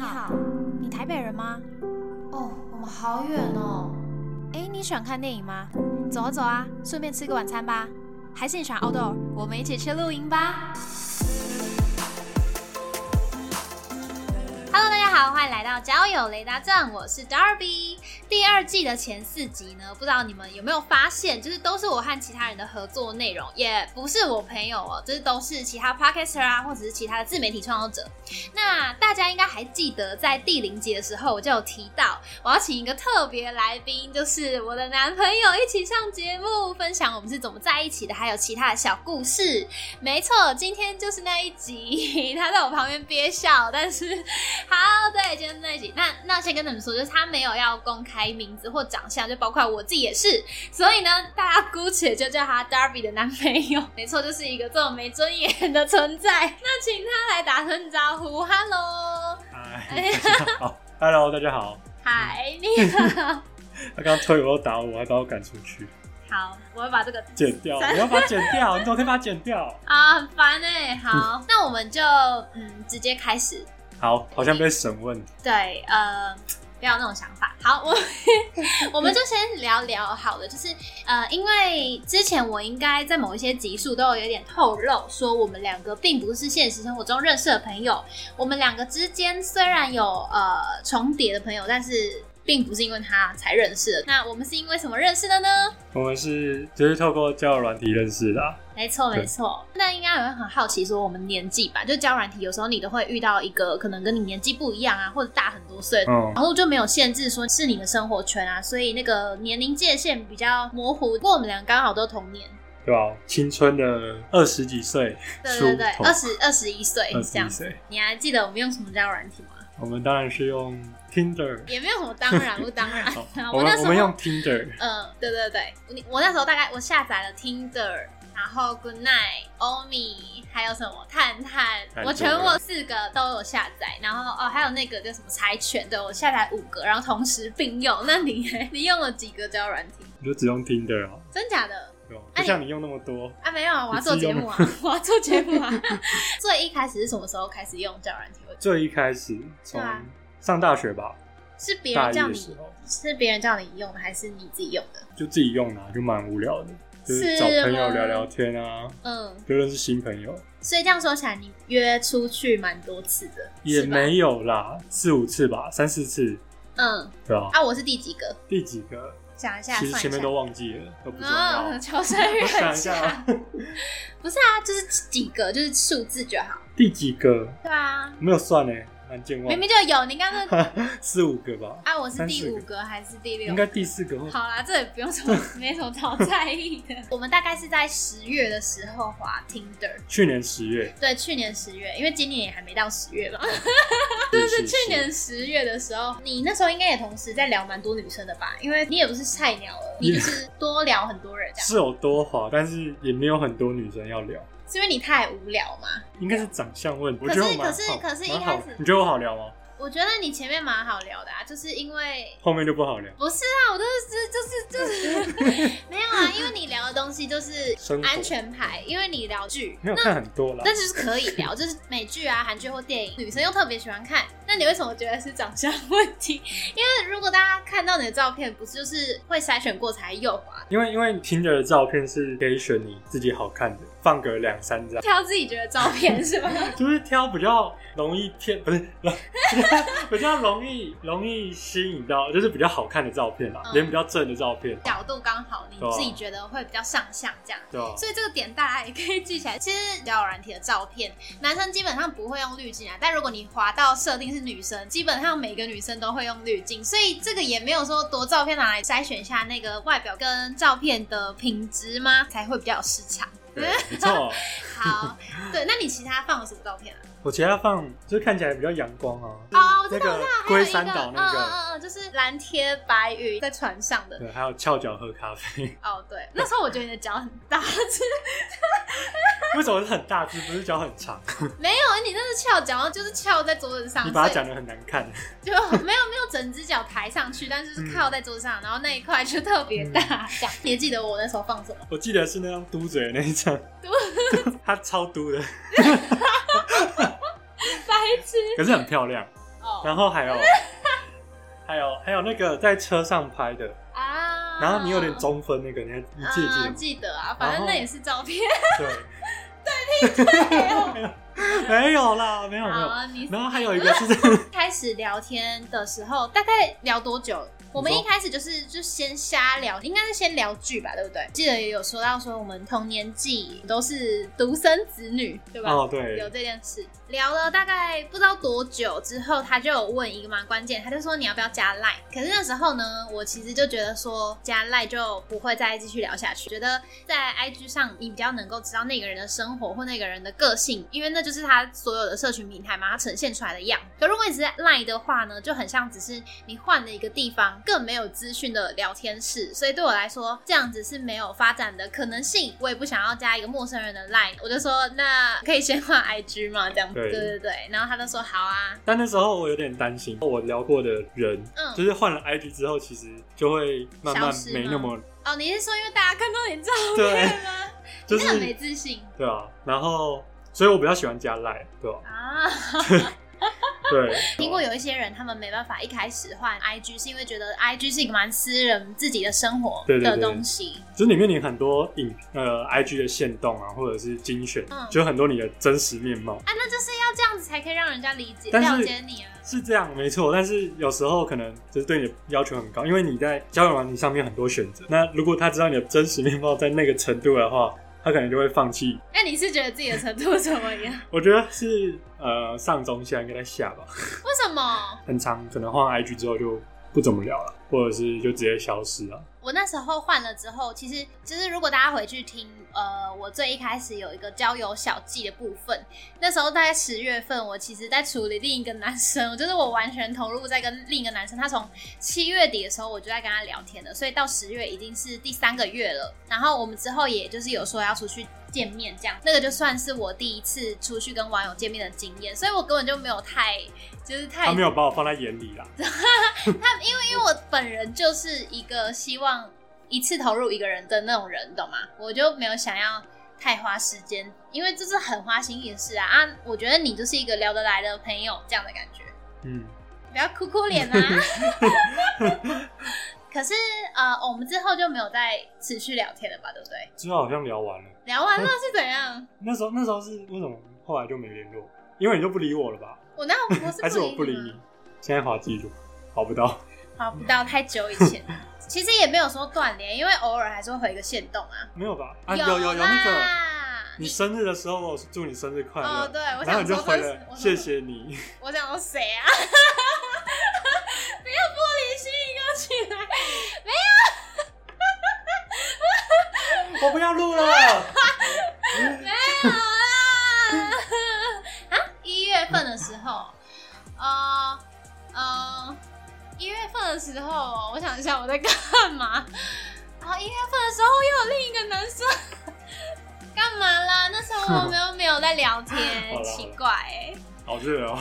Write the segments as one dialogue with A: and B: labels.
A: 好，你台北人吗？
B: 哦，我们好远哦。
A: 哎，你喜欢看电影吗？走啊走啊，顺便吃个晚餐吧。还是你喜欢 outdoor？我们一起去露营吧。Hello，大家好，欢迎来到交友雷达站，我是 Darby。第二季的前四集呢，不知道你们有没有发现，就是都是我和其他人的合作内容，也不是我朋友哦，就是都是其他 podcaster 啊，或者是其他的自媒体创作者。那大家应该还记得，在第零集的时候，我就有提到，我要请一个特别来宾，就是我的男朋友一起上节目，分享我们是怎么在一起的，还有其他的小故事。没错，今天就是那一集， 他在我旁边憋笑，但是好，对，今天是那一集。那那先跟你们说，就是他没有要公开名字或长相，就包括我自己也是，所以呢，大家姑且就叫他 Darby 的男朋友。 没错，就是一个这么没尊严的存在。那请他来打声招呼，Hello，
C: 嗨，大家哎好，Hello，大家好。
A: 嗨，你好，
C: 他刚刚推我又打我，还把我赶出去，
A: 好，我会把这个
C: 剪掉！你要把它剪掉，你怎么可以把它剪掉？
A: 啊，很烦哎、好，那我们就嗯直接开始
C: 好，好像被审问。
A: 对，呃，不要有那种想法。好，我 我们就先聊聊好了，就是呃，因为之前我应该在某一些集数都有有点透露，说我们两个并不是现实生活中认识的朋友，我们两个之间虽然有呃重叠的朋友，但是。并不是因为他才认识的，那我们是因为什么认识的呢？
C: 我们是就是透过交友软体认识的啊、
A: 没错，
C: 对
A: 没错。那应该有人很好奇说我们年纪吧，就交友软体有时候你都会遇到一个可能跟你年纪不一样啊，或者大很多岁，
C: 嗯
A: 然后就没有限制说是你的生活圈啊，所以那个年龄界限比较模糊。不过我们俩刚好都同年，
C: 对吧？青春的二十几岁，
A: 对对对，
C: 出头
A: 二十二十一岁
C: 二十
A: 哎这样
C: 几
A: 子。
C: 岁，
A: 你还记得我们用什么交友软体吗？
C: 我们当然是用 Tinder。
A: 也没有什么当然不当然
C: 好，
A: 啊，
C: 我
A: 那
C: 们
A: 时
C: 我
A: 候
C: 们用 Tinder，
A: 嗯，对对对，你我那时候大概我下载了 Tinder，然后 Good Night、欧米，还有什么探探
C: 太多，了
A: 我全部有四个都有下载，然后哦还有那个叫什么柴犬，对我下载五个，然后同时并用。那你呢你用了几个交友软体？
C: 你就只用 Tinder 啊，
A: 真假的？
C: 对吧？
A: 哎
C: 不像你用那么多，
A: 啊，没有啊，我要
C: 你自
A: 做
C: 己
A: 节
C: 用
A: 目啊， 我要做节目啊。最一开始是什么时候开始用交友软体？
C: 最一开始从
A: 对啊
C: 上大学吧，
A: 是别
C: 大
A: 人
C: 一
A: 叫
C: 的时
A: 你，
C: 候
A: 是别人叫你用的，还是你自己用的？
C: 就自己用啊，就蛮无聊的，就是
A: 是
C: 找朋友
A: 吗
C: 聊聊天啊，
A: 嗯，
C: 就认识新朋友。
A: 所以这样说起来，你约出去蛮多次的，
C: 也
A: 是吧
C: 没有啦，四五次吧，三四次，
A: 嗯，
C: 对吧、
A: 啊，我是第几个？
C: 第几个？
A: 想一下，
C: 其实
A: 算一
C: 前面
A: 下
C: 都忘记了，都不重要。
A: 嗯， 求生欲
C: 我想
A: 很
C: 一下
A: 强
C: 啊。，
A: 不是啊，就是几个，就是数字就好。
C: 第几个？
A: 对啊，
C: 没有算呢，蛮健忘。
A: 明明就有，你刚 刚
C: 四五个吧，
A: 啊，我是
C: 三
A: 第
C: 四
A: 五
C: 个
A: 个还是第六
C: 应
A: 个？
C: 该第四个哦或。
A: 好啦，这也不用什 么，没什么好在意的。我们大概是在十月的时候滑 Tinder，
C: 去年十月，
A: 对，去年十月，因为今年也还没到十月吧。
C: 就是
A: 啊去年十月的时候，你那时候应该也同时在聊蛮多女生的吧？因为你也不是菜鸟了，你就是多聊很多人这样，
C: 是有多滑，但是也没有很多女生要聊，
A: 是因为你太无聊嘛？
C: 应该是长相问题。我
A: 可
C: 觉
A: 是
C: 得我蛮
A: 可是
C: 好
A: 可是一
C: 蛮
A: 开
C: 好
A: 始
C: 你觉得我好聊吗？
A: 我觉得你前面蛮好聊的啊，就是因为
C: 后面就不好聊。
A: 不是啊，我都是就是就是 没有啊，因为你聊的东西就是
C: 生活
A: 安全牌，因为你聊剧，
C: 没有看很多啦
A: 但，就是可以聊，就是美剧啊、韩剧或电影，女生又特别喜欢看。那你为什么觉得是长相问题？因为如果大家看到你的照片，不是就是会筛选过才右滑，
C: 因为因为 Tinder 的照片是可以选你自己好看的，放个两三 张。
A: 挑自己觉得照片是 吗？
C: 就是挑比较容易骗，不是 比较容易容易吸引到，就是比较好看的照片啦，
A: 嗯
C: 脸比较正的照片，
A: 角度刚好，你
C: 对啊
A: 自己觉得会比较上相这样。
C: 对吧？啊
A: 所以这个点大家也可以记起来。 其实交友软体的照片，男生基本上不会用滤镜啊，但如果你滑到设定是女生，基本上每个女生都会用滤镜，所以这个也没有说多照片拿来筛选一下那个外表跟照片的品质吗？才会比较有市场。
C: 对，没错。
A: 好， 对，那你其他放了什么照片啊？
C: 我其他放就是看起来比较阳光啊，
A: 哦，我
C: 那
A: 知道，我知
C: 个
A: 道，还有
C: 龟
A: 一个，
C: 山岛
A: 嗯
C: 那
A: 嗯
C: 个，
A: 嗯嗯，就是蓝天白云在船上的。
C: 对，还有翘脚喝咖啡。
A: 哦，对，那时候我觉得你的脚很大， 就是
C: 为什么是很大只，不是脚很长？
A: 没有，你那是翘脚，然后就是翘在桌子上，
C: 你把它
A: 所以
C: 讲的很难看，
A: 就没有没有整只脚抬上去，但是
C: 嗯
A: 是靠在桌子上，然后那一块就特别大。这样你还记得我那时候放什么？
C: 我记得是那张嘟嘴的那一张， 它超嘟的，
A: 白痴
C: 可是很漂亮。
A: 哦有
C: 然后还有还有还有那个在车上拍的，
A: 啊，
C: 然后你有点中分那个，你还你记不记
A: 啊
C: 得？
A: 记得啊，反
C: 然后
A: 正那也是照 片。
C: 对，对，没有啦，没有没有。
A: 好，啊你
C: 然后还有一个是这样，
A: 开始聊天的时候，大概聊多久？我们
C: 你
A: 一
C: 说
A: 开始就是就先瞎聊，应该是先聊剧吧，对不对？记得也有说到说我们童年记忆都是独生子女，对吧？
C: 哦
A: 有
C: 对，
A: 这件事，聊了大概不知道多久之后，他就有问一个蛮关键，他就说你要不要加赖？可是那时候呢，我其实就觉得说加赖就不会再继续聊下去，觉得在 IG 上你比较能够知道那个人的生活或那个人的个性，因为那就是他所有的社群平台嘛，他呈现出来的样。可如果你只是赖的话呢，就很像只是你换了一个地方，更没有资讯的聊天室，所以对我来说，这样子是没有发展的可能性。我也不想要加一个陌生人的 line，我就说那可以先换 IG 嘛，这样
C: 对
A: 对对对。然后他就说好啊，
C: 但那时候我有点担心，我聊过的人，
A: 嗯
C: 就是换了 IG 之后，其实就会慢
A: 消
C: 慢
A: 失吗
C: 没那么
A: 哦，你是说因为大家看到你照
C: 对
A: 片吗？
C: 就
A: 你很没
C: 是
A: 自信
C: 对啊。然后，所以我比较喜欢加赖，对吧、
A: 啊。
C: 对，
A: 听过有一些人，他们没办法一开始换 IG，是因为觉得 IG 是一个蛮私人自己的生活
C: 对对
A: 的
C: 对
A: 东西。
C: 啊就是里面你很多影呃 IG 的线动啊，或者是精选，
A: 嗯
C: 就很多你的真实面貌。
A: 啊，那就是要这样子才可以让人家理解
C: 但是
A: 了解你啊。
C: 是这样，没错，但是有时候可能就是对你的要求很高，因为你在交友软体上面很多选择。那如果他知道你的真实面貌在那个程度的话，他可能就会放弃。
A: 那你是觉得自己的程度怎么样？
C: 我觉得是呃上中下应该在下吧，
A: 为什么？
C: 很长，可能换 IG 之后就不怎么聊了，或者是就直接消失了。
A: 我那时候换了之后，其实就是如果大家回去听，呃，我最一开始有一个交友小记的部分，那时候大概十月份，我其实在处理另一个男生， 就是我完全投入在跟另一个男生，他从七月底的时候我就在跟他聊天了，所以到十月已经是第三个月了。然后我们之后也就是有说要出去见面这样，那个就算是我第一次出去跟网友见面的经验，所以我根本就没有太就是太
C: 他没有把我放在眼里啦。
A: 他因为因为我本人就是一个希望一次投入一个人的那种人，你懂吗？我就没有想要太花时间，因为这是很花心力的事啊啊！我觉得你就是一个聊得来的朋友这样的感觉，
C: 嗯，
A: 不要哭哭脸 啊。可是呃，我们之后就没有再持续聊天了吧，对不对？
C: 之后好像聊完了，
A: 聊完了是怎样？
C: 那时候那时候是为什么后来就没联络？因为你就不理我了吧？
A: 我那我是
C: 还是我不
A: 不
C: 理
A: 理你
C: 你
A: 吗？？
C: 现在滑记录好不到。
A: 好，不到太久以前，其实也没有说断联，因为偶尔还是会回一个线动啊。
C: 没有吧？啊，有有有那个，
A: 啦
C: 你生日的时候，我祝你生日快乐。
A: 哦，对，我
C: 然后
A: 想
C: 你就
A: 说
C: 回
A: 这是
C: 了，
A: 我
C: 谢谢你。
A: 我想说谁啊？ 不要玻璃心，给我起来！
C: 我不要录了。
A: 没有啦！啊，一月份的时候，呃呃，一月份的时候，我想一下我在干嘛。然后一月份的时候又有另一个男生，干嘛啦？那时候 我们又没有在聊
C: 好
A: 天，
C: 啦
A: 奇怪哎、
C: 好热哦。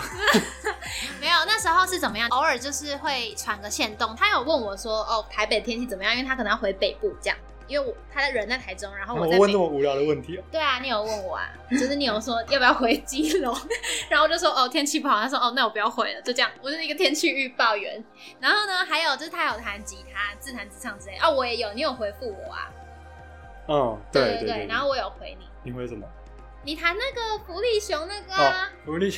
A: 没有，那时候是怎么样？偶尔就是会传个线动，他有问我说，哦，台北天气怎么样？因为他可能要回北部这样，因为我他的人在台中，然后
C: 我
A: 我在
C: 问
A: 北
C: 这么无聊的问题哦。
A: 对啊，你有问我啊，就是你有说要不要回基隆， 然后我就说哦天气不好，他说哦那我不要回了，就这样，我就是一个天气预报员。然后呢，还有就是他有弹吉他、自弹自唱之类，哦我也有，你有回复我啊，
C: 嗯，
A: 对
C: 对
A: 对，
C: 对。
A: 然后我有回你，
C: 你会什么？
A: 你弹那个福利熊那个啊。
C: 哦，我理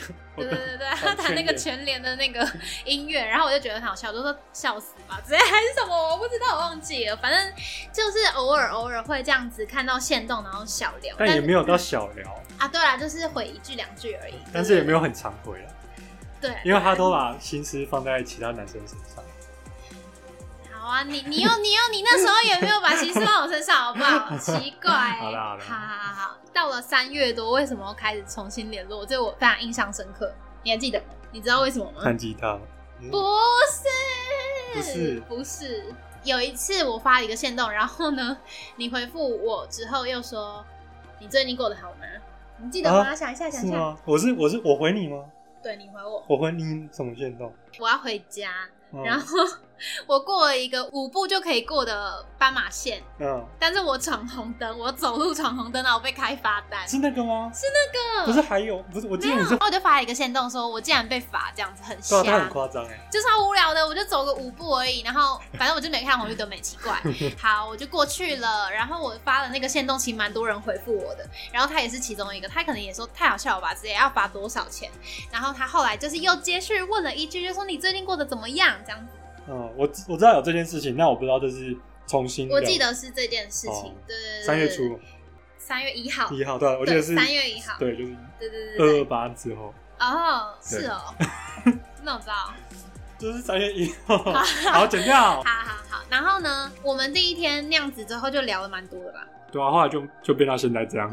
C: 我
A: 对对对对，
C: 好
A: 他弹那个全联的那个 音乐，然后我就觉得很好笑，我就说笑死吧，之类还是什么，我不知道，我忘记了。反正就是偶尔偶尔会这样子看到线动，然后小聊，
C: 但也没有到小聊，
A: 啊，对啦，就是回一句两句而已，
C: 但是也没有很常回了，
A: 对，
C: 因为他都把心思放在其他男生身上。
A: 好啊，你你又你又你那时候也没有把心思放我身上，好不 好？奇怪、
C: 好啦好啦
A: 好好好到了三月多，为什么开始重新联络？这我非常印象深刻，你还记得吗？你知道为什么吗？
C: 弹吉他。嗯
A: 不
C: 不
A: 是
C: 是，
A: 不是。有一次我发了一个线动，然后呢，你回复我之后又说你最近过得好吗？你记得吗？
C: 啊
A: 想一下，想
C: 是
A: 一下。
C: 吗？我是我是我回你吗？
A: 对你回我，
C: 我回你什么线动？
A: 我要回家，
C: 嗯
A: 然后 我过了一个五步就可以过的斑马线，
C: 嗯，
A: 但是我闯红灯，我走路闯红灯啊，我被开罚单。
C: 是那个吗？是
A: 那个
C: 不是还有？不是，我记
A: 没
C: 得
A: 有，
C: 你是
A: 然后我就发了一个线动，说我竟然被罚，这样子很
C: 对啊，他很
A: 瞎，
C: 夸张哎，
A: 就超无聊的。我就走个五步而已，然后反正我就没看红绿灯，没奇 怪。好，我就过去了。然后我发的那个线动，其实蛮多人回复我的，然后他也是其中一个，他可能也说太好笑了吧，直接要罚多少钱。然后他后来就是又接续问了一句，就说你最近过得怎么样？这样子，
C: 嗯，我知我知道有这件事情，那我不知道这是重新的。
A: 我记得是这件事情
C: 哦，
A: 对对对，对
C: 三月，初
A: 三月一号，
C: 一号，对啊，我记
A: 对
C: 得是呃
A: 三月一号，
C: 对，就是
A: 对对对
C: 二
A: 对
C: 二，八之后，
A: 哦，是哦， 那我知道。
C: 就是三月一号， 好剪掉。
A: 好好好，然后呢，我们第一天那样子之后就聊了蛮多的吧？
C: 对啊，后来就就变到现在这样，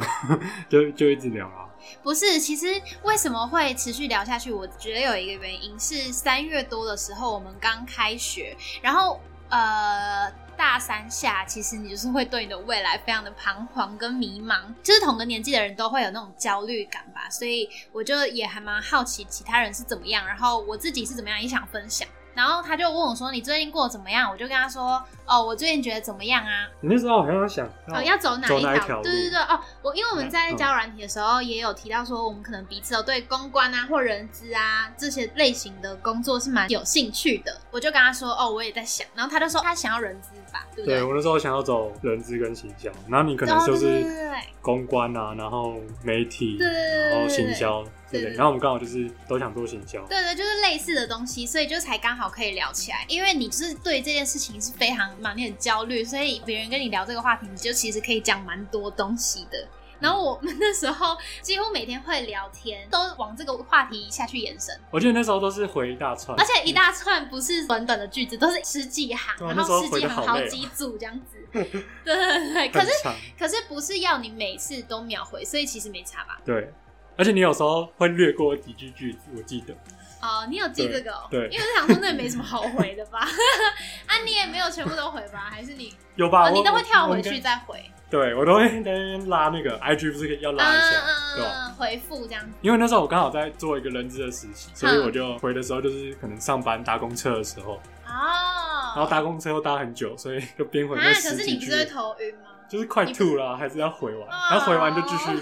C: 就就一直聊啊。
A: 不是，其实为什么会持续聊下去？我觉得有一个原因是三月多的时候我们刚开学，然后呃。大三下，其实你就是会对你的未来非常的彷徨跟迷茫，就是同个年纪的人都会有那种焦虑感吧，所以我就也还蛮好奇其他人是怎么样，然后我自己是怎么样，也想分享。然后他就问我说：“你最近过得怎么样？”我就跟他说：“哦，我最近觉得怎么样啊？
C: 你那时候好像想
A: 哦，要走哪
C: 走
A: 一
C: 哪一条
A: 条？
C: 路
A: 对对对，哦，我因为我们在
C: 嗯
A: 交友软体的时候也有提到说，我们可能彼此有对公关啊或人资啊这些类型的工作是蛮有兴趣的。我就跟他说，哦，我也在想，然后他就说他想要人资吧，对不
C: 对我那时候想要走人资跟行销，然后你可能就
A: 哦对对对
C: 是公关啊，然后媒体，
A: 对对对对
C: 然后行销之
A: 对对
C: 类，
A: 对
C: 然后我们刚好就是都想做行销，
A: 对对，就是类似的东西，所以就才刚好可以聊起来。因为你就是对这件事情是非常满很焦虑，所以别人跟你聊这个话题，你就其实可以讲蛮多东西
C: 嗯
A: 的。然后我们那时候几乎每天会聊天，都往这个话题下去延伸，
C: 我记得那时候都哦是回一大串，
A: 而且一大串不是短短的句子，都是十几行，
C: 对啊
A: 然
C: 那时候
A: 后十
C: 回
A: 几
C: 得
A: 行
C: 好
A: 好
C: 累哦
A: 几组这样子。 对对对，可
C: 很
A: 是
C: 长，
A: 可是不是要你每次都秒回，所以其实没差吧？
C: 对。而且你有时候会略过几句句子，我记得。
A: 哦，你有记这个、哦？
C: 对对
A: 因为我想说那也没什么好回的吧？ 啊，你也没有全部都回吧？还是你
C: 有吧？
A: 哦，你
C: 啊我
A: 都会跳
C: 我
A: 回
C: 应
A: 去
C: 该
A: 再回，
C: 对我都会在那边拉那个 IG，不是可以要拉一下，对吧？
A: 嗯，回复这样子。
C: 因为那时候我刚好在做一个人资的实习，所以
A: 嗯
C: 我就回的时候就是可能上班搭公车的时候，
A: 哦，
C: 然后搭公车又搭很久，所以就边回
A: 啊，
C: 那
A: 可
C: 十
A: 是
C: 几
A: 你不
C: 句，
A: 是会头晕吗？
C: 就是快吐了，啊还是要回完， 然后回完就继续。
A: 哦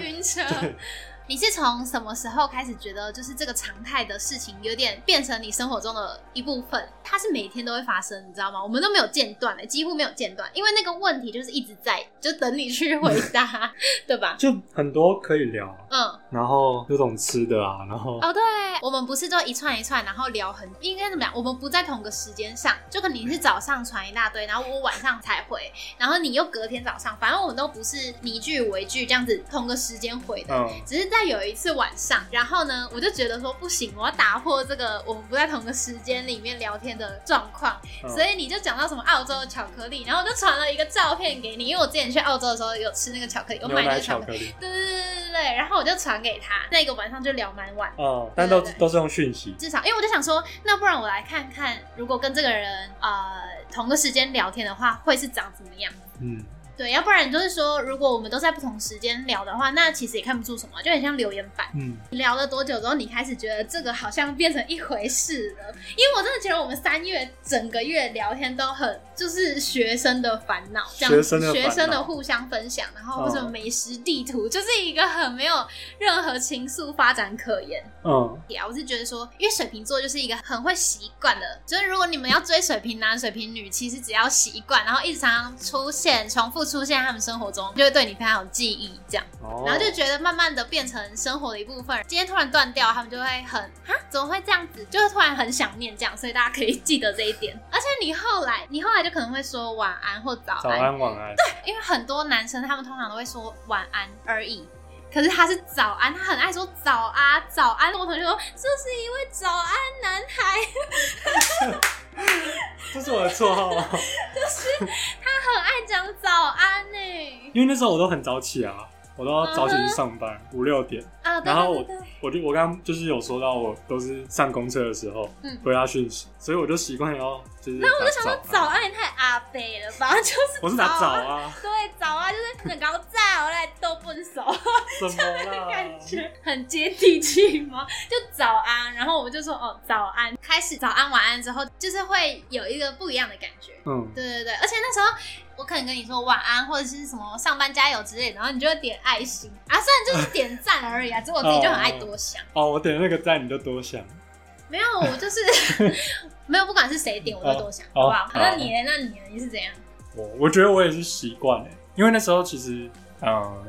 A: 晕车
C: 对。
A: 你是从什么时候开始觉得，就是这个常态的事情有点变成你生活中的一部分？它是每天都会发生，你知道吗？我们都没有间断、欸，几乎没有间断，因为那个问题就是一直在，就等你去回答， 对吧？
C: 就很多可以聊，
A: 嗯，
C: 然后有种吃的啊，然后、
A: 哦，对，我们不是就一串一串，然后聊很，应该怎么讲？我们不在同个时间上，就可能你是早上传一大堆，然后我晚上才回，然后你又隔天早上，反正我们都不是你一句我一句这样子同个时间回的。
C: 嗯，
A: 只是在有一次晚上，然后呢，我就觉得说不行，我要打破这个我们不在同个时间里面聊天的状况，
C: 嗯
A: 所以你就讲到什么澳洲的巧克力，然后我就传了一个照片给你，因为我之前去澳洲的时候有吃那个巧克力，我
C: 牛
A: 买那
C: 奶
A: 个
C: 巧
A: 巧克力，
C: 克力，
A: 对对对对对对，然后我就传给他，那个晚上就聊蛮晚。
C: 嗯，但都
A: 对对对
C: 都是用讯息，
A: 至少，因为我就想说，那不然我来看看，如果跟这个人呃同个时间聊天的话，会是长怎么样？
C: 嗯，
A: 对，要不然就是说，如果我们都在不同时间聊的话，那其实也看不出什么，就很像留言板。
C: 嗯，
A: 聊了多久之后，你开始觉得这个好像变成一回事了？因为我真的觉得我们三月整个月聊天都很就是学生的烦恼，这样子
C: 学生的烦恼
A: 学生的互相分享，然后或者
C: 哦
A: 美食地图，就是一个很没有任何情愫发展可言。
C: 嗯，
A: 啊我是觉得说，因为水瓶座就是一个很会习惯的，就是如果你们要追水瓶男、水瓶女，其实只要习惯，然后一直常常出现、重复出现在他们生活中，就会对你非常有记忆。这样，
C: 哦，
A: 然后就觉得慢慢的变成生活的一部分。今天突然断掉，他们就会很啊，怎么会这样子？就会突然很想念这样，所以大家可以记得这一点。而且你后来，你后来就可能会说晚安或早安，
C: 哦早安晚安，对，
A: 因为很多男生他们通常都会说晚安而已，可是他是早安，他很爱说早啊早安。我同学说这是一位早安男孩，
C: 这是我的绰号啊，
A: 他很爱讲早安呢、欸
C: 因为那时候我都很早起啊，我都要早起去上班，五六点。
A: 啊，对
C: 然后
A: 对对对
C: 我就我刚刚就是有说到，我都是上公车的时候
A: 嗯
C: 回他讯息，所以我就习惯要就是
A: 那我就想
C: 打
A: 说
C: 安
A: 早安也太阿北了吧，就是
C: 我是打早
A: 早安
C: 啊，
A: 对早啊，就是很高炸，我来逗笨手，啊
C: 怎么啦？
A: 感 觉很接地气吗？就早安，然后我们就说哦早安，开始早安晚安之后，就是会有一个不一样的感觉。
C: 嗯，
A: 对对对，而且那时候我可能跟你说晚安或者是什么上班加油之类的，然后你就会点爱心啊，虽然就是点赞而已 啊，只是我自己就很爱多想。
C: 哦，我点那个赞你就多想，
A: 没有，我就是 没有，不管是谁点，我都多想，好
C: 哦
A: 不好
C: 哦？
A: 那你呢？那你呢？你是怎样？
C: 我我觉得我也是习惯了，因为那时候其实嗯，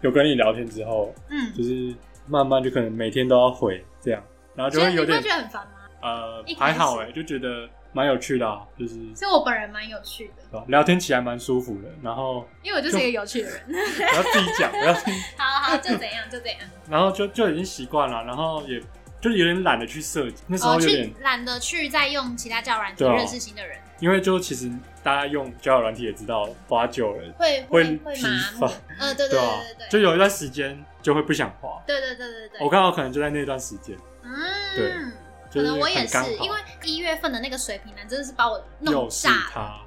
C: 有跟你聊天之后，
A: 嗯，
C: 就是慢慢就可能每天都要回这样，然啊后就
A: 觉得
C: 会
A: 你
C: 有
A: 不
C: 点
A: 会觉得很烦吗？
C: 呃
A: 一开
C: 还
A: 始
C: 好哎，就觉得蛮有趣的、啊，就是
A: 所以我本人蛮有趣的，
C: 聊天起来蛮舒服的，然后
A: 因为我就是一个有趣的人。
C: 不要自己讲，不要自己
A: 好好，就怎样就怎样。
C: 然后就就已经习惯了，然后也就是有点懒得去设 计。那时候
A: 哦，
C: 有点，
A: 去懒得去再用其他交友软件
C: 对啊
A: 认识新的人，
C: 因为就其实大家用交友软体也知道，滑久了，
A: 会
C: 会
A: 会
C: 疲
A: 麻木
C: 乏。
A: 呃，对对对
C: 啊
A: 对对，
C: 就有一段时间就会不想滑。
A: 对对对对对。
C: 我刚好可能就在那段时间，对
A: 嗯，
C: 就
A: 可
C: 是
A: 能我也
C: 很
A: 是
C: 刚好，
A: 因为一月份的那个水瓶男真的是把我弄
C: 又是
A: 炸了。
C: 他，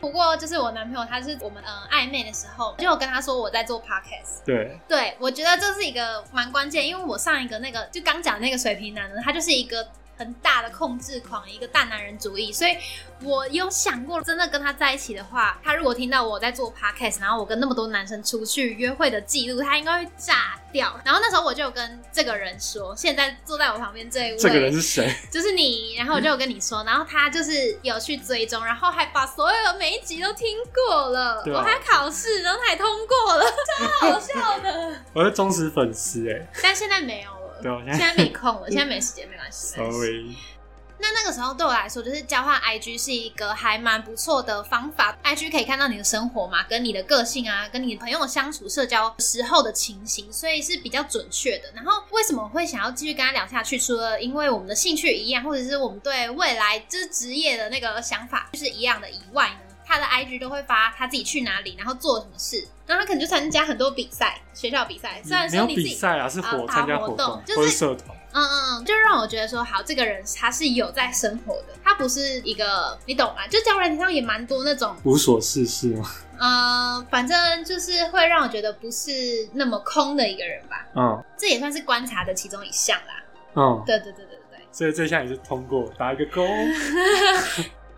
A: 不过就是我男朋友，他是我们嗯暧昧的时候，就有跟他说我在做 podcast。
C: 对，
A: 对，我觉得这是一个蛮关键，因为我上一个那个就刚讲那个水瓶男呢，他就是一个很大的控制狂，一个大男人主义，所以我有想过，真的跟他在一起的话，他如果听到我在做 podcast，然后我跟那么多男生出去约会的记录，他应该会炸掉。然后那时候我就有跟这个人说，现在坐在我旁边这一位，
C: 这个人是谁？
A: 就是你，然后我就有跟你说，然后他就是有去追踪，然后还把所有的每一集都听过了，
C: 对啊
A: 我还考试，然后他也通过了，超好笑的。
C: 我是忠实粉丝哎
A: 但现在没有了，
C: 对我现在
A: 现在没空了，现在没时间，没关 系。没关系
C: ，sorry，
A: 那那个时候对我来说，就是交换 IG 是一个还蛮不错的方法。IG 可以看到你的生活嘛，跟你的个性啊，跟你朋友相处、社交时候的情形，所以是比较准确的。然后为什么会想要继续跟他聊下去？除了因为我们的兴趣一样，或者是我们对未来就是职业的那个想法就是一样的以外呢？他的 IG 都会发他自己去哪里，然后做什么事，然后他可能就参加很多比赛，学校比赛。虽然
C: 没
A: 说
C: 有
A: 你自
C: 比
A: 己
C: 赛啊，是
A: 啊
C: 活参加
A: 活
C: 活
A: 动就是
C: 或是社团，
A: 嗯嗯，嗯，就让我觉得说，好，这个人他是有在生活的，他不是一个，你懂吗？就交友软件上也蛮多那种，
C: 无所事事嘛，
A: 呃，反正就是会让我觉得不是那么空的一个人吧。
C: 嗯
A: 这也算是观察的其中一项啦。
C: 嗯，
A: 对对对对对。
C: 所以这项也是通过，打一个勾。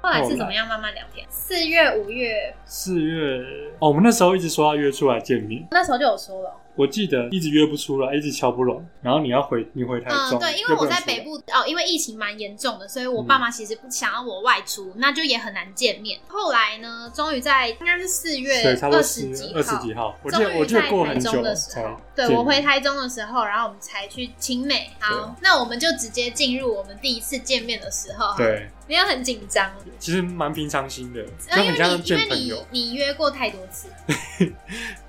A: 后来是怎么样慢慢聊天？四月、五月
C: 四月哦，我们那时候一直说要约出来见面，
A: 那时候就有说了，
C: 我记得一直约不出来，一直敲不拢。然后你要回，你回台
A: 嗯，
C: 中，
A: 对，因为
C: 又
A: 我
C: 不能
A: 在
C: 出来
A: 北，部哦，因为疫情蛮严重的，所以我
C: 嗯
A: 爸妈其实不想要我外出，那就也很难见面。后来呢，终于在应该是四月
C: 对，差不
A: 二
C: 多
A: 十
C: 四
A: 几
C: 月二十
A: 号
C: 几号，我记
A: 终
C: 得我
A: 于
C: 记得
A: 在
C: 过
A: 台
C: 很久
A: 中的时
C: 才
A: 候，
C: 见
A: 对
C: 面
A: 我回台中的时候，然后我们才去青美。好，那我们就直接进入我们第一次见面的时候。，
C: 对，
A: 没有很紧张，
C: 其实蛮平常心的，就
A: 啊因
C: 很
A: 为
C: 像
A: 你因为
C: 见朋友
A: 你，你约过太多次，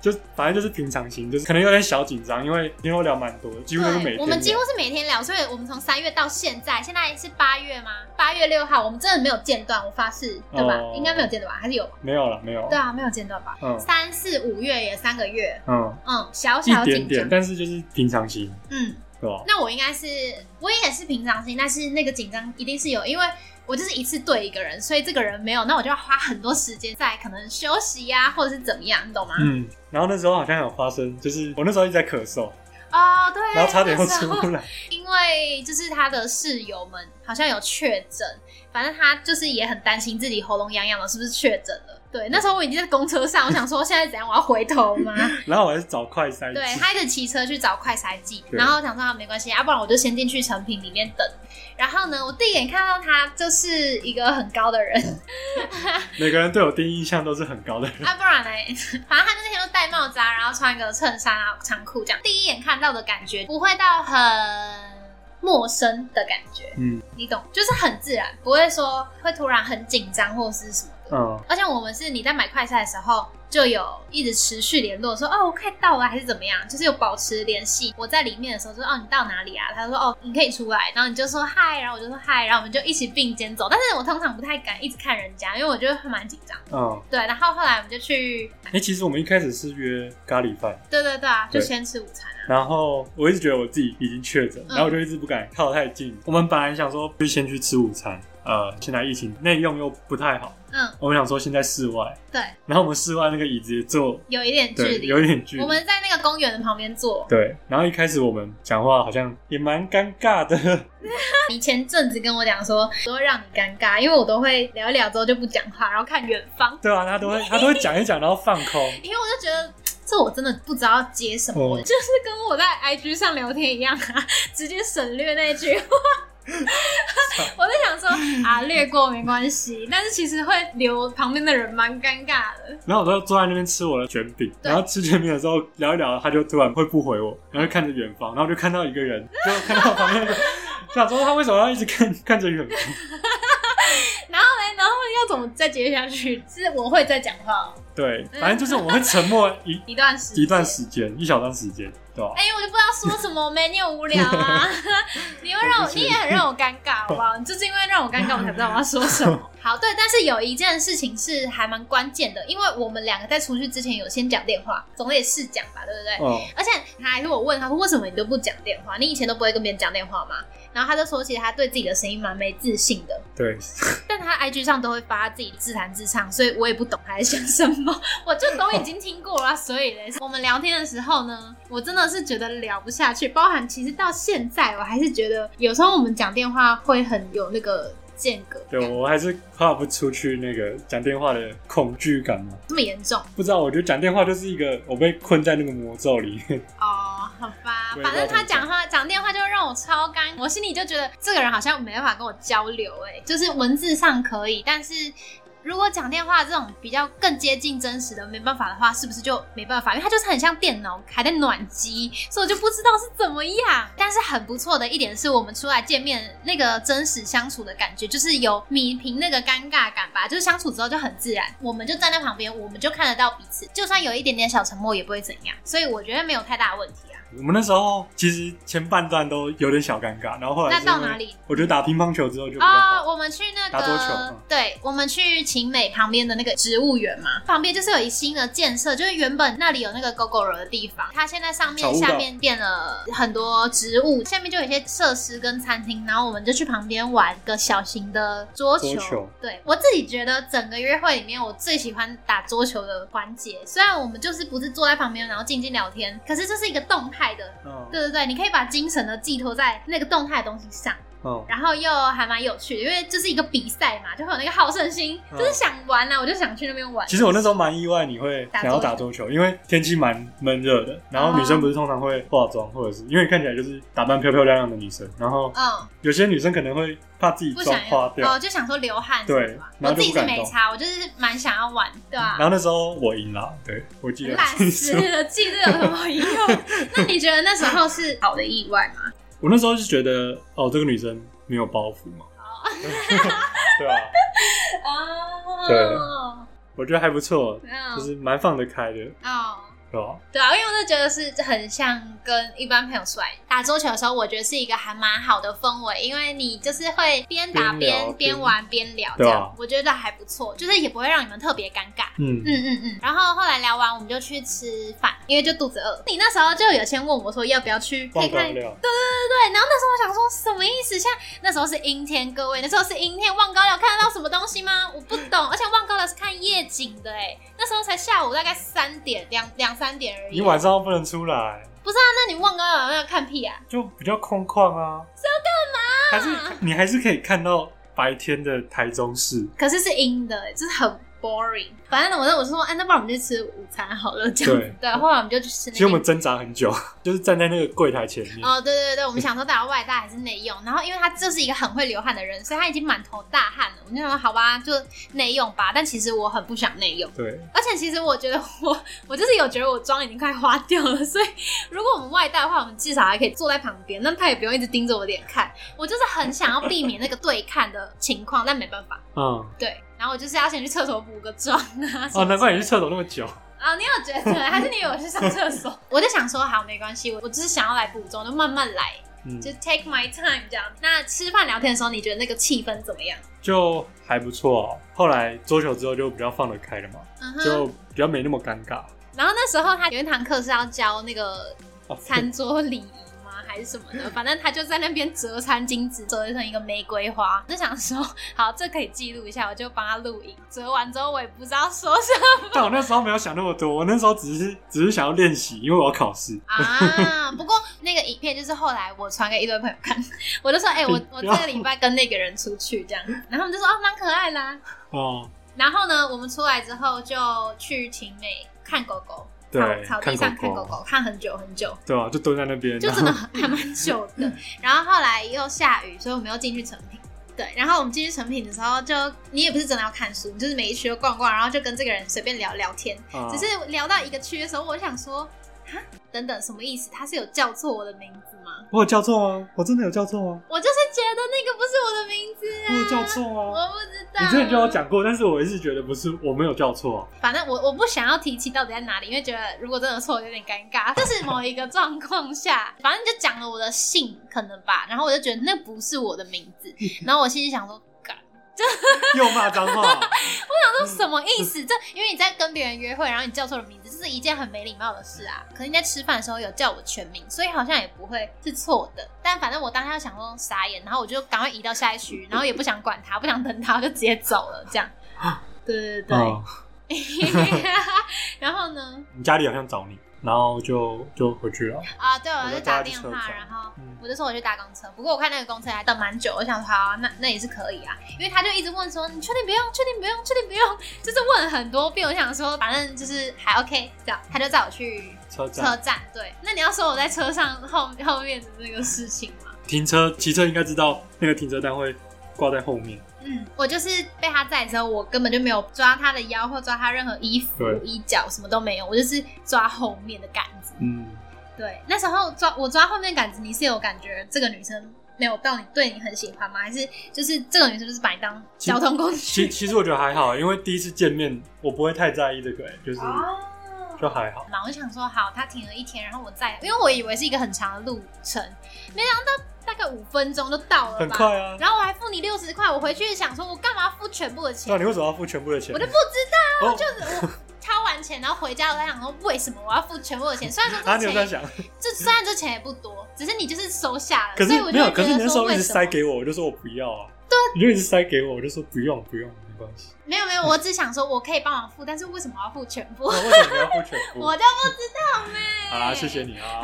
C: 就反正就是平常心，就是可能有点小紧张，因为因为我聊蛮多的，几乎都是每
A: 对，
C: 天
A: 我们几
C: 聊
A: 乎是每天聊，所以我们从三月到现在，现在是八月吗？八月六号，我们真的没有间断，我发誓，对吧？
C: 哦
A: 应该没有间断吧？还是有吧？
C: 没有了，没有，
A: 对啊，没有间断吧？
C: 嗯
A: 三四五月也三个月，
C: 嗯，
A: 嗯，小小
C: 一
A: 紧
C: 点点，
A: 张，
C: 但是就是平常心，
A: 嗯。
C: 对吧？
A: 那我应该是，我也是平常心，但是那个紧张一定是有，因为我就是一次对一个人，所以这个人没有，那我就要花很多时间在可能休息呀、或者是怎么样，你懂吗？
C: 嗯，然后那时候好像有发生，就是我那时候一直在咳嗽，
A: 哦，对，
C: 然后差点要
A: 那时候
C: 出来，
A: 因为就是他的室友们好像有确诊，反正他就是也很担心自己喉咙痒痒的，是不是确诊了？对，那时候我已经在公车上，我想说现在怎样，我要回头吗？
C: 然后我还是找快筛
A: 对
C: 剂
A: 他一直骑车去找快筛剂，
C: 对
A: 然后想说啊没关系，要、不然我就先进去成品里面等。然后呢，我第一眼看到他就是一个很高的人，
C: 每个人对我第一印象都是很高的人，
A: 啊，不然呢？反正他那天都戴帽子啊，然后穿一个衬衫啊、长裤这样，第一眼看到的感觉不会到很陌生的感觉，
C: 嗯，
A: 你懂，就是很自然，不会说会突然很紧张或是什么。的。
C: 嗯，
A: 而且我们是你在买快餐的时候就有一直持续联络，说哦我快到了还是怎么样，就是有保持联系。我在里面的时候就说哦你到哪里啊？他说哦你可以出来，然后你就说嗨，然后我就说嗨，然后我们就一起并肩走。但是我通常不太敢一直看人家，因为我觉得蛮紧张。
C: 嗯，
A: 对，然后后来我们就去，
C: 哎、其实我们一开始是约咖喱饭，
A: 对对对啊，就
C: 对
A: 先吃午餐啊。
C: 然后我一直觉得我自己已经确诊，
A: 嗯
C: 然后我就一直不敢靠太近。我们本来想说，就先去吃午餐，呃，现在疫情内用又不太好，
A: 嗯，
C: 我们想说先在室外，
A: 对，
C: 然后我们室外那个椅子也坐，
A: 有一点距
C: 对，
A: 离，
C: 有一点距离
A: 我。们在那个公园的旁边坐。
C: 对，然后一开始我们讲话好像也蛮尴尬的，
A: 你前阵子跟我讲说，都会让你尴尬，因为我都会聊一聊之后就不讲话，然后看远方，
C: 对啊，他都会他都会讲一讲，然后放空，
A: 因为我就觉得。这我真的不知道接什么，
C: 哦
A: 就是跟我在 IG 上聊天一样啊， 直接省略那句 话。我在想说啊，略过没关系，但是其实会留旁边的人蛮尴尬的。
C: 然后我就坐在那边吃我的卷饼，
A: 对
C: 然后吃卷饼的时候聊一聊，他就突然会不回我，然后就看着远方，然后就看到一 个人，就看到旁边的，就想说他为什么要一直看看着远方？
A: 然后呢，然后要怎么再接下去？是我会再讲话哦、
C: 对，反正就是我会沉默一
A: 一段时间
C: 一段时间，一小段时间，对吧、
A: 哎、我就不知道说什么没，你很无聊啊！你会让我，
C: 对不起
A: 你也很让我尴尬，好不好？你就是因为让我尴尬，我才不知道我要说什么。好，对，但是有一件事情是还蛮关键的，因为我们两个在出去之前有先讲电话，总得试讲吧，对不对？
C: 哦，
A: 而且他还是我问他说，为什么你都不讲电话？你以前都不会跟别人讲电话吗？然后他就说，其实他对自己的声音蛮没自信的，
C: 对，
A: 但他 IG 上都会发自己自弹自唱，所以我也不懂他在想什么，我就都已经听过了啊、所以嘞，我们聊天的时候呢，我真的是觉得聊不下去，包含其实到现在，我还是觉得有时候我们讲电话会很有那个间隔，
C: 对我还是跨不出去那个讲电话的恐惧感嘛。
A: 这么严重
C: 不知道，我觉得讲电话就是一个我被困在那个魔咒里 面。
A: 哦。好吧，
C: 对
A: 反正他
C: 我也不知道怎么讲
A: 讲话讲电话就让我超干，我心里就觉得这个人好像没办法跟我交流、欸，就是文字上可以，但是。如果讲电话这种比较更接近真实的，没办法的话，是不是就没办法？因为它就是很像电脑还在暖机，所以我就不知道是怎么样。但是很不错的一点是我们出来见面那个真实相处的感觉，就是有弥平那个尴尬感吧。就是相处之后就很自然，我们就站在旁边，我们就看得到彼此，就算有一点点小沉默也不会怎样。所以我觉得没有太大的问题啊。
C: 我们那时候其实前半段都有点小尴尬，然后后来
A: 那
C: 是因为
A: 到哪里？
C: 我觉得打乒乓球之后就比较
A: 啊、
C: 好。
A: 我们去那
C: 打
A: 个，
C: 桌球嗯
A: 对，我们去晴美旁边的那个植物园嘛，旁边就是有一新的建设，就是原本那里有那个狗狗肉的地方，它现在上面
C: 小屋道
A: 下面变了很多植物，下面就有一些设施跟餐厅，然后我们就去旁边玩个小型的桌球。
C: 桌球
A: 对我自己觉得整个约会里面，我最喜欢打桌球的环节，虽然我们就是不是坐在旁边然后静静聊天，可是这是一个动态的。
C: 嗯
A: 对对对，你可以把精神呢寄托在那个动态的东西上。
C: 嗯，
A: 然后又还蛮有趣的，因为这是一个比赛嘛，就会有那个好胜心，
C: 嗯
A: 就是想玩啊啦、我就想去那边玩。
C: 其实我那时候蛮意外你会想要打桌球，因为天气蛮闷热的，然后女生不是通常会化妆，或者是因为看起来就是打扮漂漂亮亮的女生，然后
A: 嗯，
C: 有些女生可能会怕自己
A: 不
C: 妆
A: 想要
C: 花掉，
A: 哦，就想说流汗
C: 对
A: 什么的
C: 然
A: 我
C: 后
A: 自
C: 就
A: 己是
C: 不敢动
A: 没差，我就是蛮想要玩，对吧、
C: 然后那时候我赢了，对我记 得
A: 懒
C: 很
A: 死
C: 清楚
A: 了，记这有什么 用？那你觉得那时候是好的意外吗？
C: 我那时候就觉得哦，这个女生没有包袱 嘛，对啊，
A: 哦，
C: 我觉得还不错，
A: 嗯，
C: 就是蛮放得开的，
A: 哦。
C: 对吧？
A: 对啊，因为我就觉得是很像跟一般朋友出来打桌球的时候，我觉得是一个还蛮好的氛围，因为你就是会边打
C: 边聊
A: 边
C: 边
A: 边玩边聊，这
C: 对啊
A: 样、我觉得还不错，就是也不会让你们特别尴尬。
C: 嗯
A: 嗯，嗯嗯，然后后来聊完，我们就去吃饭，因为就肚子饿。你那时候就有先问我说要不要去可
C: 放
A: 以看
C: 光料，
A: 对，然后那时候我想说什么意思？像那时候是阴天，各位那时候是阴天，望高寮看得到什么东西吗？我不懂，而且望高寮是看夜景的哎，那时候才下午大概三点两两三点而已。
C: 你晚上又不能出来，
A: 那你望高寮要看屁啊？
C: 就比较空旷啊。是要干嘛？还是你还是可以看到白天的台中市。
A: 可是是阴的、欸，就是很 boring。反正我就我就说，哎、那不然我们就吃午餐好了，这样子。对，后来我们就去吃
C: 其实
A: 那
C: 我
A: 个
C: 们。挣扎很久， 就是站在那个柜台前面。
A: 哦，对对对，我们想说打外带还是内用，然后因为他就是一个很会流汗的人，所以他已经满头大汗了。我们就想说，好吧，就内用吧。但其实我很不想内用，
C: 对，
A: 而且其实我觉得我 我就是有觉得我妆已经快花掉了，所以如果我们外带的话，我们至少还可以坐在旁边，那他也不用一直盯着我脸看。我就是很想要避免那个对看的情况，但没办法。
C: 嗯，
A: 对，然后我就是要先去厕所补个妆啊。
C: 哦，难怪你去厕所那么久。
A: 啊，你有觉得？还是你以为我去上厕 所？我就想说，好，没关系，我我只是想要来补妆，就慢慢来，
C: 嗯，
A: 就 take my time 这样。那吃饭聊天的时候，你觉得那个气氛怎么样？
C: 就还不错、哦。后来桌球之后就比较放得开了嘛，
A: 嗯哼。
C: 就比较没那么尴尬。
A: 然后那时候他有一堂课是要教那个
C: 哦，
A: 餐桌礼仪吗，还是什么的？反正他就在那边折餐巾纸，折成一个玫瑰花。我就想说，好，这可以记录一下，我就帮他录影。折完之后，我也不知道说什么
C: 但我那时候没有想那么多，我那时候只是只是想要练习，因为我要考试。
A: 啊。不过那个影片就是后来我传给一堆朋友看， 我就说，哎、我我这个礼拜跟那个人出去这样，然后他们就说，哦，蛮可爱啦、
C: 哦，
A: 然后呢，我们出来之后就去晴美看狗狗，
C: 对，
A: 草草
C: 看
A: 地上看
C: 狗
A: 狗狗，看很久很久。
C: 对啊，就蹲在那边，
A: 就
C: 然
A: 真的
C: 后
A: 很还蛮久的。然后后来又下雨，所以我们又进去成品。对，然后我们进去成品的时候就，你也不是真的要看书，你就是每一区都逛逛，然后就跟这个人随便聊聊天。
C: 啊
A: 只是聊到一个区的时候，我就想说，啊，等等，什么意思？他是有叫错我的名字吗？
C: 我有叫错吗？我真的有叫错吗？
A: 我就是觉得那个不是我的名字
C: 我有
A: 啊，
C: 叫错啊！
A: 我不知道。
C: 你之前就有，讲过，但是我一直觉得不是，我没有 叫错啊。
A: 反正我我不想要提起到底在哪里，因为觉得如果真的错有点尴尬。这是某一个状况下， 反正就讲了我的姓可能吧，然后我就觉得那不是我的名 字，然后我心里想说。干
C: 又骂脏话，
A: 这什么意思？这因为你在跟别人约会，然后你叫错了名字，这是一件很没礼貌的事啊。可是你在吃饭的时候有叫我全名，所以好像也不会是错的。但反正我当下想说傻眼，然后我就赶快移到下一区，然后也不想管他，不想等他，我就直接走了。这样， 对对对。
C: 嗯，
A: 然后呢？
C: 你家里好像找你，然后就就回去了。
A: 啊，对，我
C: 我
A: 就
C: 就
A: 打
C: 搭
A: 电
C: 车
A: 话，
C: 走
A: 然后
C: 嗯
A: 我就说我去搭公车，不过我看那个公车还等蛮久，我想说好、啊，那那也是可以啊，因为他就一直问说你确定不用，确定不用，确定不用，就是问很多遍，我想说反正就是还 OK 这样，他就载我去
C: 车
A: 车
C: 站
A: 站，对，那你要说我在车上后后面的那个事情吗？
C: 停车，骑车应该知道那个停车单会挂在后面。
A: 嗯，我就是被他载的时候，我根本就没有抓他的腰或抓他任何衣服
C: 对、
A: 衣角，什么都没有，我就是抓后面的杆子。
C: 嗯，
A: 对，那时候抓我抓后面杆子，你是有感觉这个女生没有到你对你很喜欢吗？还是就是这个女生就是把你当交通工
C: 其
A: 具？
C: 其实我觉得还好，因为第一次见面我不会太在意这个、欸，就是
B: 哦
C: 就还好。
A: 嘛，我就想说啊好，她停了一天，然后我再，因为我以为是一个很长的路程，没想到大概五分钟就到了
C: 很
A: 吧。
C: 快啊。
A: 然后我还付你六十块，我回去想说，我干嘛付全部的钱
C: 那？啊你为什么要付全部的钱？
A: 我就不
C: 知道，就
A: 掏完钱，然后回家，我在想说，为什么我要付全部的钱？虽然
C: 啊，
A: 说
C: 你
A: 这
C: 有
A: 钱
C: 在
A: 也，
C: 想？
A: 这虽然这钱也不多，只是你就是收下了，
C: 可
A: 所以
C: 是
A: 我
C: 没
A: 就
C: 有，
A: 会
C: 可是
A: 觉
C: 你
A: 得
C: 那时
A: 说
C: 候一
A: 为
C: 直
A: 什么
C: 塞？给我，我就说我不要啊。对，你就一直塞给我，我就说不用不用，没关系。
A: 没有没有，我只想说我可以帮忙付，但是为什么要付全部
C: 我？为什么要付全部？
A: 我就不知道咩。
C: 好啦，谢谢。你啊，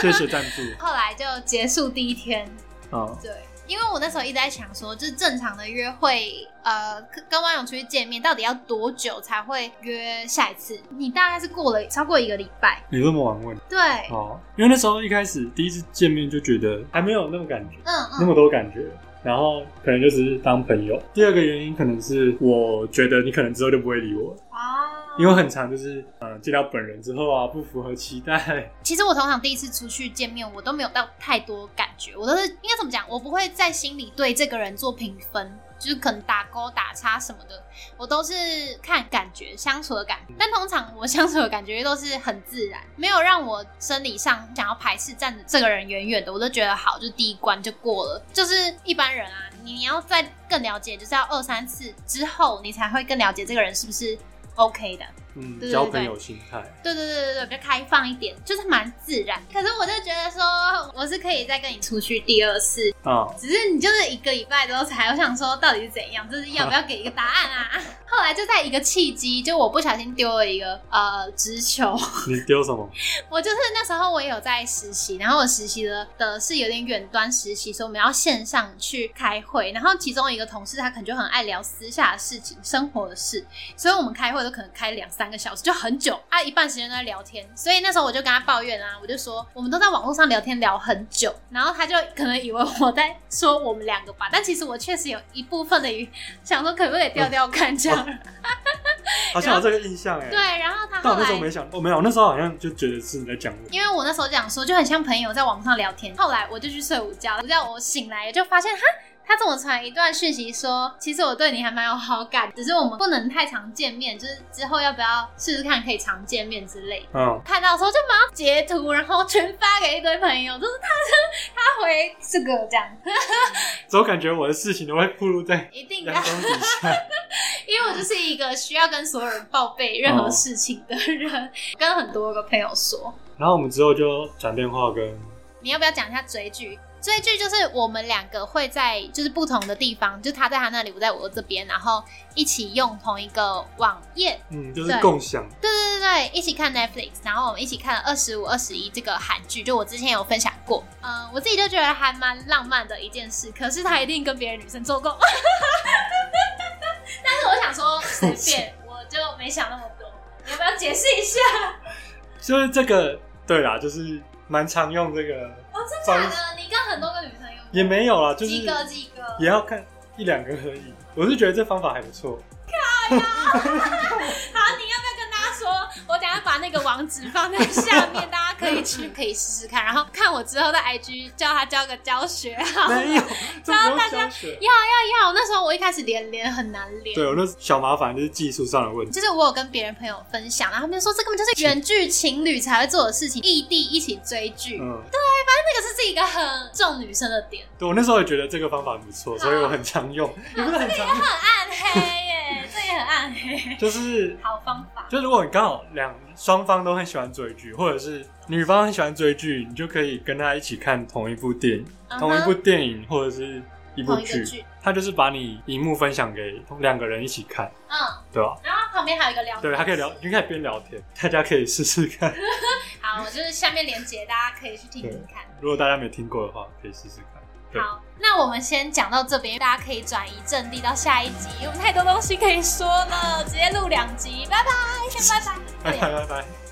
C: 谢谢赞助
A: 后来就结束第一天，
C: 啊。
A: 对，因为我那时候一直在想说，就是正常的约会，呃，跟跟网友出去见面，到底要多久才会约下一次？你大概是过了超过一个礼拜，
C: 你这么晚问
A: 对，
C: 哦，因为那时候一开始第一次见面就觉得还没有那么感觉，
A: 嗯
C: 那
A: 嗯
C: 么多感觉，然后可能就只是当朋友。第二个原因可能是我觉得你可能之后就不会理我了，
A: 啊
C: 因为很长就是呃见到本人之后啊不符合期待，
A: 其实我通常第一次出去见面，我都没有到太多感觉，我都是应该怎么讲，我不会在心里对这个人做评分，就是可能打勾、打叉什么的，我都是看感觉、相处的感觉。但通常我 相处的感觉都是很自然，没有让我生理上想要排斥站着这个人远远的，我都觉得好，就是第一关就过了。就是一般人啊，你要再更了解，就是要二三次之后，你才会更了解这个人是不是 OK 的。
C: 嗯，
A: 对对
C: 交朋友心态。
A: 对对对对对，比较开放一点，就是蛮自然。可是我就觉得说，我是可以再跟你出去第二次，
C: 啊、
A: 只是你就是一个礼拜之后才，我想说到底是怎样，就是要不要给一个答案啊？ 后来就在一个契机，就我不小心丢了一个呃直球，
C: 你丢什么？
A: 我就是那时候我也有在实习，然后我实习的的是有点远端实习，所以我们要线上去开会。然后其中一个同事他可能就很爱聊私下的事情、生活的事，所以我们开会都可能开两三个小时，就很久啊，一半时间都在聊天。所以那时候我就跟他抱怨啊，我就说我们都在网络上聊天聊很久，然后他就可能以为我在说我们两个吧，但其实我确实有一部分的语想说可不可以调调看这样。
C: 好像有这个印象哎、
A: 对，啊然后他
C: 但
A: 后
C: 我那时候
A: 来
C: 没想，我、哦没有，我那时候好像就觉得是你在讲我。
A: 因为我那时候讲说，就很像朋友在网上聊天。后来我就去睡午觉，午觉我醒来就发现，哈，他跟我传一段讯息说，其实我对你还蛮有好感，只是我们不能太常见面，就是之后要不要试试看可以常见面之类的。
C: 嗯，
A: 看到的时候就马上截图，然后全发给一堆朋友，就是他他回这个这样，
C: 总感觉我的事情都会暴露在
A: 一定的
C: 阳，光底下。
A: 因为我就是一个需要跟所有人报备任何事情的人，跟很多个朋友说。
C: 然后我们之后就转电话跟
A: 你要不要讲一下追剧？追剧就是我们两个会在就是不同的地方，就是他在他那里，我在我这边，然后一起用同一个网页，
C: 嗯，就是
A: 对
C: 共享，
A: 对对对对，一起看 Netflix，然后我们一起看了《二十五二十一》这个韩剧，就我之前有分享过，嗯，我自己就觉得还蛮浪漫的一件事，可是他一定跟别的女生做过， 但是我想说随 便，我就没想那么多，你要不要解释一下？
C: 就是这个对啦，就是蛮常用这个，
A: 哦，真假的，你跟很多个女生用过
C: 也没有啦，就是
A: 几个几个，
C: 也要看一两个而已。我是觉得这方法还不错，
A: 好，你要不要跟大家说？我等一下把那个网址放在下面，大家可以去可以试试看，然后看我之后在 IG 叫他教个教学 好了
C: 没有，这不用
A: 大
C: 教学。
A: 要要要！那时候我一开始连连很难连，
C: 对我那小麻烦就是技术上的问题，
A: 就是我有跟别人朋友分享，然后他们就说这根本就是远距情侣才会做的事情，异地一起追剧，
C: 嗯，
A: 那个是是一个很重女生的点，
C: 对我那时候也觉得这个方法不错，所以我很 常用，也不是很常用，
A: 很暗黑耶，这也很暗黑，
C: 就是
A: 好方法。
C: 就如果你刚好两双方都很喜欢追剧，或者是女方很喜欢追剧，你就可以跟她一起看同一部电影，
A: 嗯哼
C: 同一部电影或者是一部
A: 同一个
C: 剧
A: 剧，
C: 他就是把你荧幕分享给两个人一起看，
A: 嗯，
C: 对吧？
A: 然后旁边还有一个聊，
C: 对，还可以聊，。你可以边聊天，大家可以试试看。
A: 好，我就是下面连接，大家可以去听听看。
C: 如果大家没听过的话，可以试试看。对
A: 好，那我们先讲到这边，大家可以转移阵地到下一集，因为我们太多东西可以说了，直接录两集，拜拜，先拜拜。
C: 拜拜拜拜。